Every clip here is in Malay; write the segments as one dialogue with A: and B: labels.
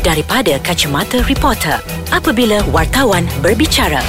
A: daripada kacamata reporter apabila wartawan berbicara.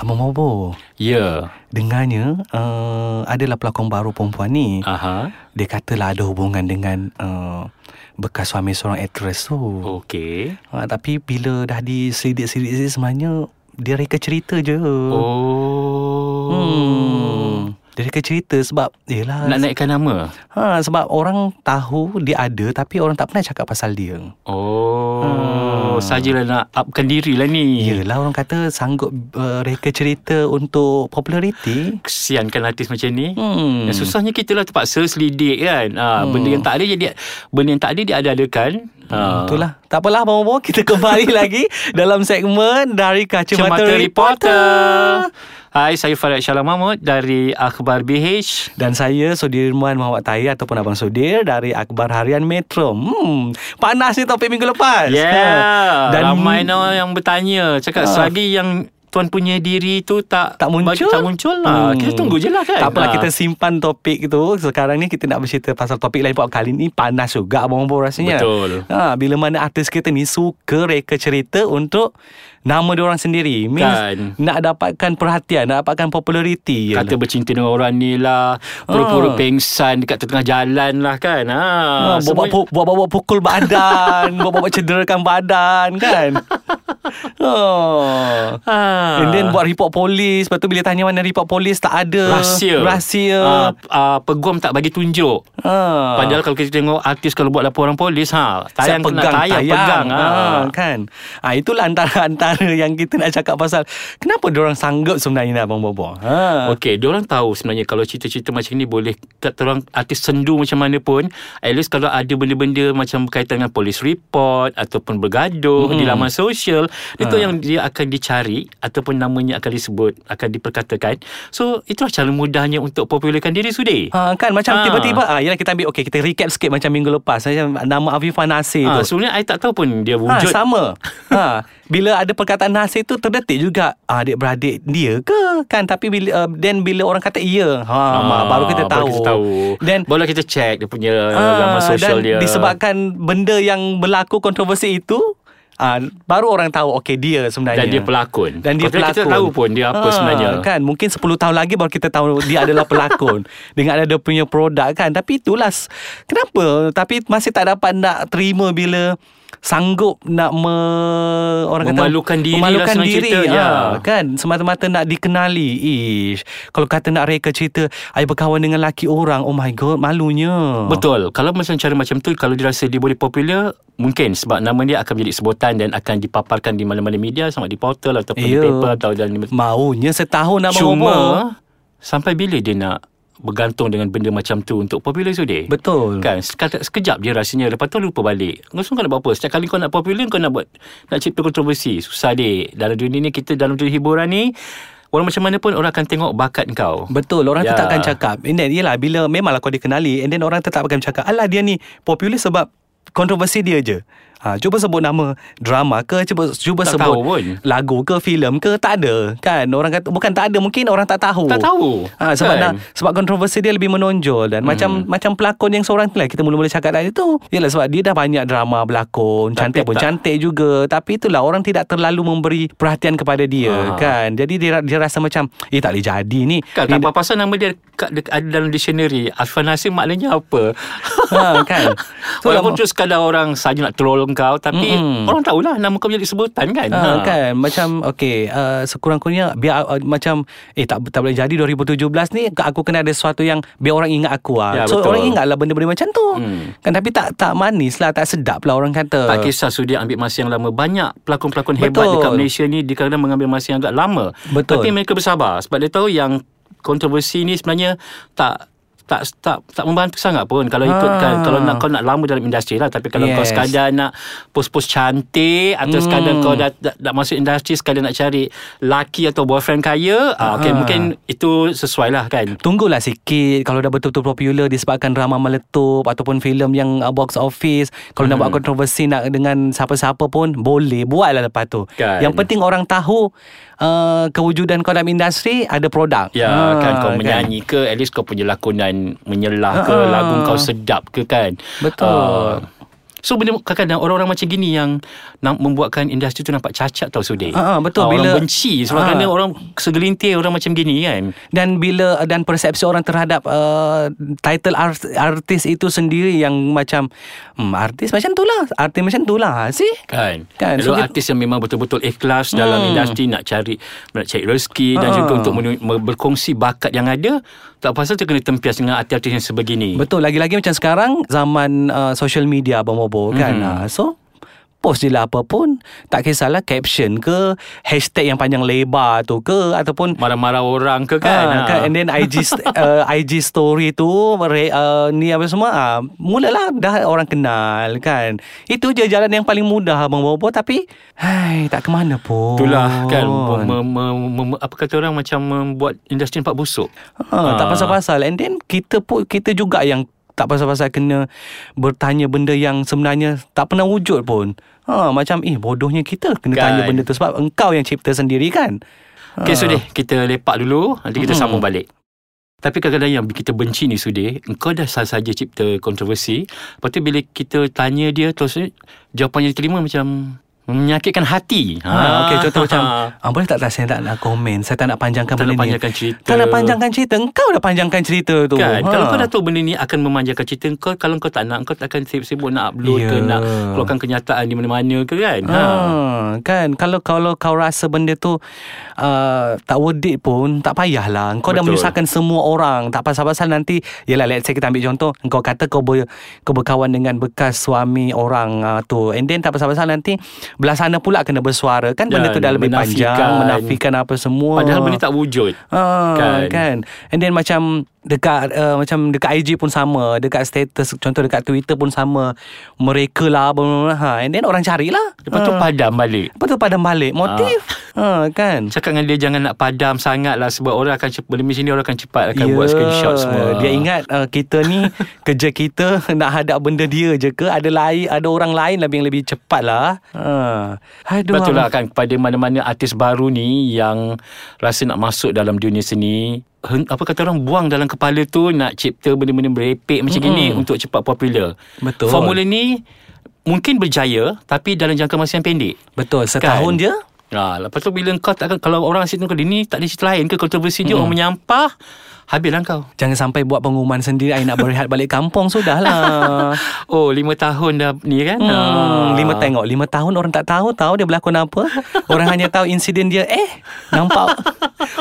B: Abang Bobo,
C: Ya.
B: dengarnya uh, adalah pelakon baru perempuan ni. Uh.
C: Aha.
B: Dia katalah ada hubungan dengan uh, bekas suami seorang aktres tu. Oh.
C: Okey.
B: Uh, tapi bila dah diselidik-selidik ni sebenarnya dia reka cerita je.
C: Oh.
B: Hmm. Dia reka cerita sebab yelah.
C: Nak naikkan nama?
B: Ha, sebab orang tahu dia ada tapi orang tak pernah cakap pasal dia.
C: Hmm.
B: Hmm.
C: Oh. Sajalah nak upkan dirilah ni.
B: Yelah orang kata sanggup uh, reka cerita untuk populariti.
C: Kesiankan artis macam ni.
B: Hmm.
C: Yang susahnya kita lah terpaksa selidik kan. Ha, hmm. Benda yang tak ada jadi benda yang tak ada dia ada-adakan. Ha.
B: Uh. Itulah. Tak apalah Abang Bobo, kita kembali lagi dalam segmen dari Kacamata,
C: Cermata Reporter.
B: Reporter.
C: Hai, saya Farad Shalom Mahmud dari Akhbar BH.
B: Dan saya Sudirman Mawat Tahir ataupun Abang Sudir dari Akhbar Harian Metro. Hmm, panas ni topik minggu lepas.
C: Yeah.
B: kan? Dan
C: Dan Ya, ramai no yang bertanya,
B: Ah.
C: cakap uh. Sadi yang tuan punya diri tu tak
B: tak muncul.
C: tak muncul lah. Hmm. Kita tunggu je lah
B: Tak
C: kan.
B: apalah
C: Ah.
B: kita simpan topik tu. Sekarang ni kita nak bercerita pasal topik lain buat kali ni panas juga Abang Bobo rasanya.
C: Betul.
B: Ha, bila mana artis kita ni suka reka cerita untuk nama dia orang sendiri. Means
C: Kan.
B: nak dapatkan perhatian, nak dapatkan populariti.
C: Kata bercinta dengan orang ni
B: Ah.
C: lah Pura-pura pengsan Dekat tengah jalan lah kan ha,
B: Ha,
C: semua-
B: buat, buat, buat, buat, buat pukul badan buat, buat, buat cederakan badan Kan oh.
C: ha.
B: And then buat report polis Lepas tu bila tanya mana report polis Tak ada
C: Rahsia
B: Rahsia
C: Ah, ah, Peguam tak bagi tunjuk
B: ha.
C: Padahal kalau kita tengok Artis kalau buat laporan polis ha,
B: Siap
C: Tayang kena tayang, Pegang ha.
B: Ah, Kan ha, Itulah antara-antara Yang kita nak cakap pasal Kenapa diorang sanggup sebenarnya Abang Bobo ha.
C: Okey, diorang tahu sebenarnya kalau cerita-cerita macam ni boleh kat terang artis sendu macam mana pun, at least kalau ada benda-benda macam berkaitan dengan polis report ataupun bergaduh mm-hmm. di laman sosial, itu
B: Ah.
C: yang dia akan dicari ataupun namanya akan disebut, akan diperkatakan. So, itulah cara mudahnya untuk popularkan diri sudi.
B: Ha, kan macam
C: Ah.
B: tiba-tiba ah yalah kita ambil okey kita recap sikit macam minggu lepas macam nama Afifah Nasir
C: Ha,
B: tu
C: sebenarnya I tak tahu pun dia
B: Ha,
C: Ah, wujud.
B: sama. Ha, bila ada perkataan nasir tu terdetik juga ah, adik-beradik dia ke kan tapi bila uh, then bila orang kata iya, ha mak, baru kita tahu.
C: Ah, Baru kita tahu.
B: Then
C: baru kita check dia punya
B: ah,
C: laman Eh, sosial
B: dan
C: dia.
B: disebabkan benda yang berlaku kontroversi itu ah, baru orang tahu okey dia sebenarnya.
C: dan dia pelakon.
B: Dan dia pelakon
C: Padahal Kita tahu pun dia apa
B: Ah,
C: sebenarnya.
B: Kan mungkin 10 tahun lagi Baru kita tahu Dia adalah pelakon Dengan ada dia punya produk kan Tapi itulah s- Kenapa Tapi masih tak dapat Nak terima bila Sanggup nak me, orang kata,
C: Memalukan diri lah
B: Memalukan
C: senang
B: diri
C: cerita, ya.
B: ah, Kan Semata-mata nak dikenali Ish Kalau kata nak reka cerita I berkawan dengan laki orang Oh my god Malunya
C: Betul. Kalau macam cara macam tu kalau dia rasa dia boleh popular, mungkin sebab nama dia akan menjadi sebutan dan akan dipaparkan di mana-mana media sama di portal ataupun di
B: Ya.
C: paper atau dalam
B: Maunya setahun nak
C: cuma
B: berumur.
C: sampai bila dia nak bergantung dengan benda macam tu untuk popular sudah.
B: Betul
C: Kan sekata, sekejap je rasanya Lepas tu lupa balik Langsung kau nak buat apa Setiap kali kau nak popular Kau nak buat Nak cipta kontroversi Susah dek Dalam dunia ni Kita dalam dunia hiburan ni Orang macam mana pun Orang akan tengok bakat kau
B: Betul Orang yeah.
C: Ya.
B: tu takkan cakap And then yelah Bila memanglah kau dikenali And then orang tu tak akan cakap Alah dia ni popular sebab Kontroversi dia je ha, Cuba sebut nama drama ke Cuba cuba
C: Tak
B: sebut
C: tahu pun.
B: lagu ke filem ke Tak ada Kan orang kata Bukan tak ada Mungkin orang tak tahu
C: Tak tahu.
B: ha, Sebab
C: Kan?
B: nak, sebab kontroversi dia lebih menonjol Dan hmm. macam macam pelakon yang seorang tu lah Kita mula-mula cakap tadi tu Yelah sebab dia dah banyak drama berlakon
C: Tapi
B: Cantik pun
C: tak-
B: cantik juga Tapi itulah orang tidak terlalu memberi Perhatian kepada dia
C: Ah.
B: Kan Jadi dia, dia rasa macam Eh tak boleh jadi ni
C: Kan
B: Ni-
C: tak apa pasal nama dia kat, dekat, ada dalam dictionary. Afan Nasir maknanya apa?
B: ha, kan so,
C: So, Walaupun
B: lama,
C: tu sekadar orang saja nak troll kau tapi
B: Mm-mm.
C: mm-hmm. orang tahulah nama kau menjadi sebutan kan.
B: ha, kan macam okay uh, sekurang-kurangnya biar uh, macam eh tak tak boleh jadi 2017 ni aku kena ada sesuatu yang biar orang ingat aku ah.
C: Ya,
B: so
C: betul.
B: orang ingatlah benda-benda macam tu. Hmm. Kan tapi tak tak manis lah tak sedap lah orang kata.
C: Tak kisah sudi ambil masa yang lama Banyak pelakon-pelakon hebat
B: Betul.
C: dekat Malaysia ni Dia kadang mengambil masa yang agak lama
B: Betul.
C: Tapi mereka bersabar Sebab dia tahu yang kontroversi ni sebenarnya Tak tak tak tak membantu sangat pun kalau
B: Ah.
C: ikutkan kalau nak kau nak lama dalam industri lah tapi kalau yes. kau
B: Yes.
C: sekadar nak post-post cantik atau
B: Hmm.
C: hmm. sekadar kau dah, dah, dah masuk industri sekadar nak cari laki atau boyfriend kaya ah. okay,
B: Ah.
C: mungkin itu sesuai lah kan
B: Tunggulah sikit Kalau dah betul-betul popular Disebabkan drama meletup Ataupun filem yang uh, box office Kalau hmm. nak buat kontroversi Nak dengan siapa-siapa pun Boleh Buatlah lepas tu
C: Kan.
B: Yang penting orang tahu uh, Kewujudan kau dalam industri Ada produk
C: Ya
B: Ah,
C: kan kau menyanyi ke At least kau punya lakonan Menyelah ke
B: Ah.
C: Lagu kau sedap ke kan
B: Betul.
C: Ah, So benda kadang-kadang orang-orang macam gini yang nak membuatkan industri tu nampak cacat tau Sudir.
B: Ah, ah, betul.
C: Ah,
B: Bila-
C: orang benci sebab
B: Ah.
C: kerana orang segelintir orang macam gini kan.
B: dan bila dan persepsi orang terhadap uh, title art, artis itu sendiri yang macam hmm, artis macam tu lah artis macam tu lah see
C: Kan.
B: Kan,
C: kan.
B: so
C: So,
B: kita-
C: artis yang memang betul-betul ikhlas dalam industri nak cari nak cari rezeki dan
B: Ah.
C: juga untuk menu- me- berkongsi bakat yang ada, tak pasal terkena tempias dengan artis-artis yang sebegini.
B: betul lagi-lagi macam sekarang zaman uh, social media Abang Bobo kan uh, so post je lah apa pun tak kisahlah caption ke hashtag yang panjang lebar tu ke ataupun
C: Marah-marah orang ke kan.
B: kan,
C: Ah,
B: ha, kan and then IG st- uh, IG story tu re, uh, ni apa semua uh, mulalah dah orang kenal kan itu je jalan yang paling mudah abang bobo tapi hai tak ke mana pun Ah.
C: Itulah kan me, me, me, me, apa kata orang macam membuat industri nampak busuk.
B: ha, tak
C: Ah.
B: pasal-pasal and then kita pun kita juga yang tak pasal-pasal kena bertanya benda yang sebenarnya tak pernah wujud pun ha macam eh bodohnya kita kena
C: Kan.
B: tanya benda tu sebab engkau yang cipta sendiri kan
C: Okay Sudih Kita lepak dulu Nanti kita
B: Mm-mm.
C: sambung balik tapi kadang-kadang yang kita benci ni Sudih Engkau dah sahaja cipta kontroversi Lepas tu bila kita tanya dia Terus ni, jawapan yang diterima macam Menyakitkan hati
B: Ha, okay, contoh macam ah, Boleh tak tak saya tak nak komen Saya tak nak panjangkan
C: Tak
B: benda
C: nak
B: ni
C: panjangkan cerita
B: Tak nak panjangkan cerita Engkau dah panjangkan cerita tu Ha.
C: Kan? Kalau
B: Ah.
C: kau dah tahu benda ni akan memanjakan cerita kau, kalau kau tak nak, kau tak akan sibuk-sibuk nak upload yeah. ke,
B: Ya.
C: nak keluarkan kenyataan di mana-mana ke kan?
B: ha. Kan Kalau kalau kau rasa benda tu uh, Tak worth it pun Tak payahlah Kau dah
C: Betul.
B: menyusahkan semua orang Tak pasal-pasal nanti Yelah let's say kita ambil contoh Kau kata kau, ber, kau berkawan dengan bekas suami orang uh, tu And then tak pasal-pasal nanti Belah sana pula kena bersuara Kan benda
C: Dan
B: tu dah lebih
C: Ya, menafikan.
B: panjang Menafikan apa semua
C: Ha, Padahal benda tak wujud.
B: Ah, kan.
C: Kan?
B: kan and then macam dekat uh, macam dekat IG pun sama dekat status contoh dekat Twitter pun sama mereka lah bla, bla, bla. ha and then orang carilah
C: Lepas tu padam balik.
B: lepas tu pada balik motif
C: Ah.
B: ha kan
C: Cakap dengan dia jangan nak padam sangat lah Sebab orang akan cepat Benda macam ni orang akan cepat Akan yeah. buat screenshot semua
B: Ya. Dia ingat uh, kita ni kerja kita nak hadap benda dia je ke ada lain ada orang lain lebih yang lebih cepat lah. Ha. Aduh.
C: Betul lah
B: abang.
C: kan Kepada mana-mana artis baru ni Yang rasa nak masuk dalam dunia seni hen- apa kata orang buang dalam kepala tu nak cipta benda-benda merepek macam gini untuk cepat popular.
B: Betul.
C: Formula ni mungkin berjaya tapi dalam jangka masa yang pendek.
B: Betul setahun
C: Kan?
B: je.
C: Ha, lepas tu bila kau takkan kalau orang asyik tengok dia ni tak ada cerita lain ke kontroversi dia orang menyampah habislah kau.
B: Jangan sampai buat pengumuman sendiri I nak berehat balik kampung lah. Sudahlah
C: Oh lima tahun dah ni kan.
B: Hmm,
C: Ah.
B: lima tengok lima tahun orang tak tahu tahu dia berlakon apa. Orang hanya tahu insiden dia eh nampak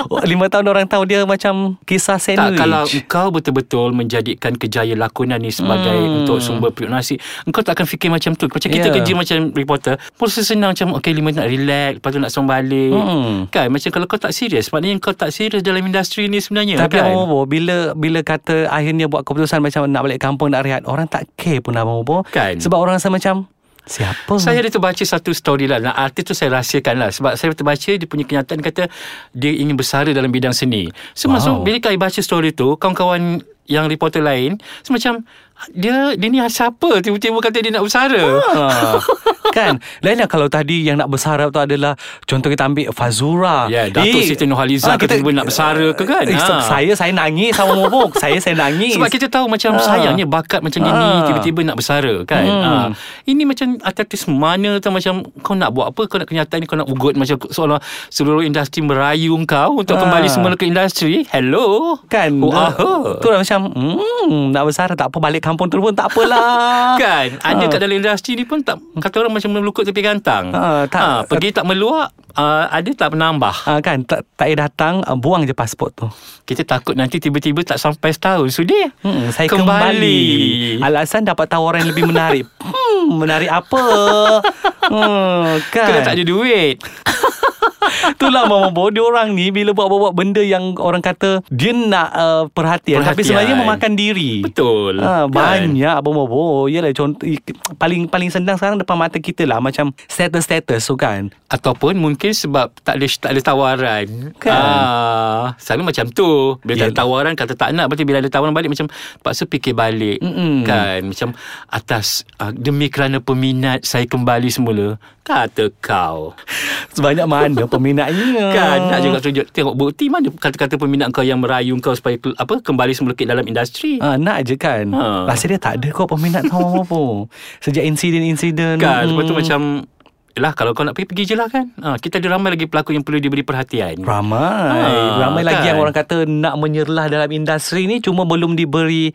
B: Oh, lima tahun orang tahu dia macam kisah
C: Eh, Tak
B: sandwich.
C: kalau engkau betul-betul menjadikan kerjaya lakonan ni sebagai
B: Hmm.
C: hmm. untuk sumber periuk nasi, engkau tak akan fikir macam tu. Macam kita
B: Ya.
C: kerja macam reporter, proses senang macam okey lima nak relax, lepas tu nak sambung balik.
B: Hmm.
C: Kan macam kalau kau tak serius, maknanya kau tak serius dalam industri ni sebenarnya
B: tapi
C: kan.
B: Abang Bobo bila bila kata akhirnya buat keputusan macam nak balik kampung nak rehat, orang tak care pun Abang Bobo.
C: Kan.
B: Sebab orang rasa macam siapa?
C: Saya ada terbaca satu story lah Dan artis tu saya rahsiakan lah Sebab saya terbaca Dia punya kenyataan kata Dia ingin bersara dalam bidang seni
B: Wow.
C: So wow. masuk Bila kami baca story tu Kawan-kawan yang reporter lain Semacam Dia dia ni siapa Tiba-tiba kata dia nak bersara
B: Ha, kan Lain lah kalau tadi Yang nak bersarap tu adalah Contoh kita ambil Fazura Eh. Ah,
C: Ya, Datuk Siti Nurhaliza
B: kita-
C: tiba-tiba nak bersara ke kan?
B: eh,
C: Ha.
B: Saya saya nangis sama mobok Saya saya nangis
C: Sebab kita tahu macam
B: Ah.
C: sayangnya bakat macam gini
B: Ah.
C: tiba-tiba nak bersara kan.
B: Hmm.
C: Ah. Ini macam artis mana tu macam kau nak buat apa kau nak kenyataan ni kau nak ugut macam seolah seluruh industri merayu kau untuk
B: Ah.
C: kembali semula ke industri. Hello.
B: Kan
C: Oh, ah.
B: Tu lah macam hmm, Nak besar tak apa Balik kampung tu pun tak apalah
C: Kan Ada
B: Ah.
C: kat dalam industri ni pun tak, Kata orang macam melukut tepi gantang
B: Ah, tak-
C: Ah, Pergi tak meluak ah, Ada tak menambah
B: Ah, kan tak tak payah datang ah, buang je pasport tu.
C: Kita takut nanti tiba-tiba tak sampai setahun Sudah
B: Hmm, saya kembali. Alasan dapat tawaran yang lebih menarik. hmm, menarik apa? Hmm, kan.
C: Kena tak ada duit
B: Itulah mama bodoh orang ni bila buat-buat benda yang orang kata dia nak uh, perhatian, perhatian tapi
C: Perhatian.
B: sebenarnya memakan diri.
C: Betul
B: Ah,
C: kan?
B: banyak abang bobo. Yalah contoh paling paling senang sekarang depan mata kita lah macam status-status tu kan.
C: Ataupun mungkin sebab tak ada tak ada tawaran.
B: Kan? Ya.
C: Ah, selalu macam tu. Bila tak
B: Yalah.
C: ada tawaran kata tak nak, berarti bila ada tawaran balik macam terpaksa fikir balik.
B: Mm-mm.
C: Kan? Macam atas ah, demi kerana peminat saya kembali semula. Kata kau.
B: Sebanyak mana peminatnya
C: Kan
B: Ah.
C: nak juga tunjuk Tengok bukti mana Kata-kata peminat kau Yang merayu kau Supaya ke- apa kembali semulakit dalam industri
B: Ah, nak je kan
C: Ha.
B: Rasa dia tak ada kau peminat sama apa Sejak insiden-insiden
C: Kan
B: hmm,
C: Lepas tu macam Yalah kalau kau nak pergi Pergi je lah kan ha, Kita ada ramai lagi pelakon Yang perlu diberi perhatian
B: Ramai
C: Ha,
B: Ramai lagi
C: kan?
B: yang orang kata Nak menyerlah dalam industri ni Cuma belum diberi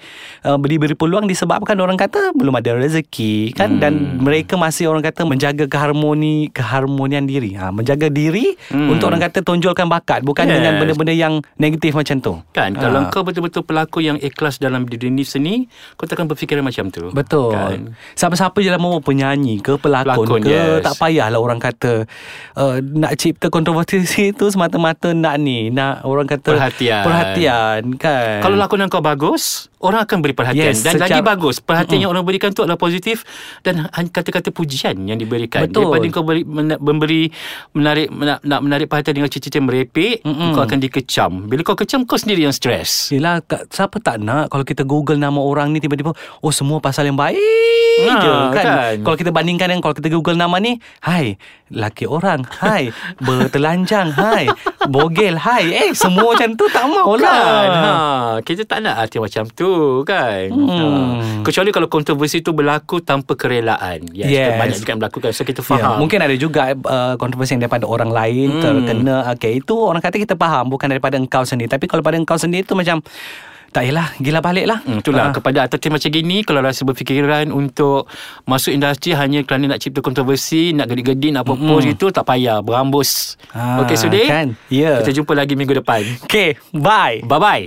B: uh, Diberi peluang Disebabkan orang kata Belum ada rezeki Kan hmm. Dan mereka masih orang kata Menjaga keharmoni Keharmonian diri ha, Menjaga diri
C: Hmm.
B: hmm. Untuk orang kata Tonjolkan bakat Bukan
C: Yes.
B: yes. dengan benda-benda yang Negatif macam tu
C: Kan
B: Ah.
C: ha. Kalau kau betul-betul pelakon Yang ikhlas dalam diri ni seni Kau takkan berfikiran macam tu
B: Betul
C: kan?
B: Siapa-siapa je lah mau penyanyi ke pelakon,
C: Pelakon,
B: pelakon ke
C: yes.
B: yes. Tak payahlah orang kata uh, Nak cipta kontroversi tu Semata-mata nak ni Nak orang kata
C: Perhatian.
B: Perhatian kan
C: Kalau lakonan kau bagus, orang akan beri perhatian
B: Yes,
C: dan lagi
B: secara-
C: bagus. Perhatian yang orang berikan tu adalah positif dan han- kata-kata pujian yang diberikan.
B: Betul.
C: Daripada kau beri, mena, memberi menarik nak, nak menarik perhatian dengan cita-cita yang merepek, Mm-mm. kau akan dikecam. Bila kau kecam kau sendiri yang stres.
B: Yelah tak- Siapa tak nak Kalau kita google nama orang ni Tiba-tiba Oh semua pasal yang baik
C: Ha,
B: je, kan?
C: kan?
B: Kalau kita bandingkan dengan Kalau kita google nama ni Hai Laki orang Hai Bertelanjang Hai Bogel Hai Eh semua macam tu Tak mau
C: Kan? Ha.
B: lah
C: Kita tak nak hati macam tu kan. Ha.
B: Hmm.
C: Kecuali kalau kontroversi tu berlaku tanpa kerelaan. Yes,
B: Yes.
C: Banyak juga yang berlaku kan. So kita
B: Ya,
C: faham.
B: mungkin ada juga uh, kontroversi yang daripada orang lain hmm. terkena okay, itu orang kata kita faham bukan daripada engkau sendiri tapi kalau pada engkau sendiri tu macam tak yalah gila balik lah
C: Hmm, itulah uh kepada artis macam gini kalau rasa berfikiran untuk masuk industri hanya kerana nak cipta kontroversi, nak gedik-gedik, nak propose gitu tak payah, berambus.
B: Hmm. Ah,
C: Okey Sudi.
B: kan? Ya.
C: Kita jumpa lagi minggu depan.
B: okay bye
C: Bye bye.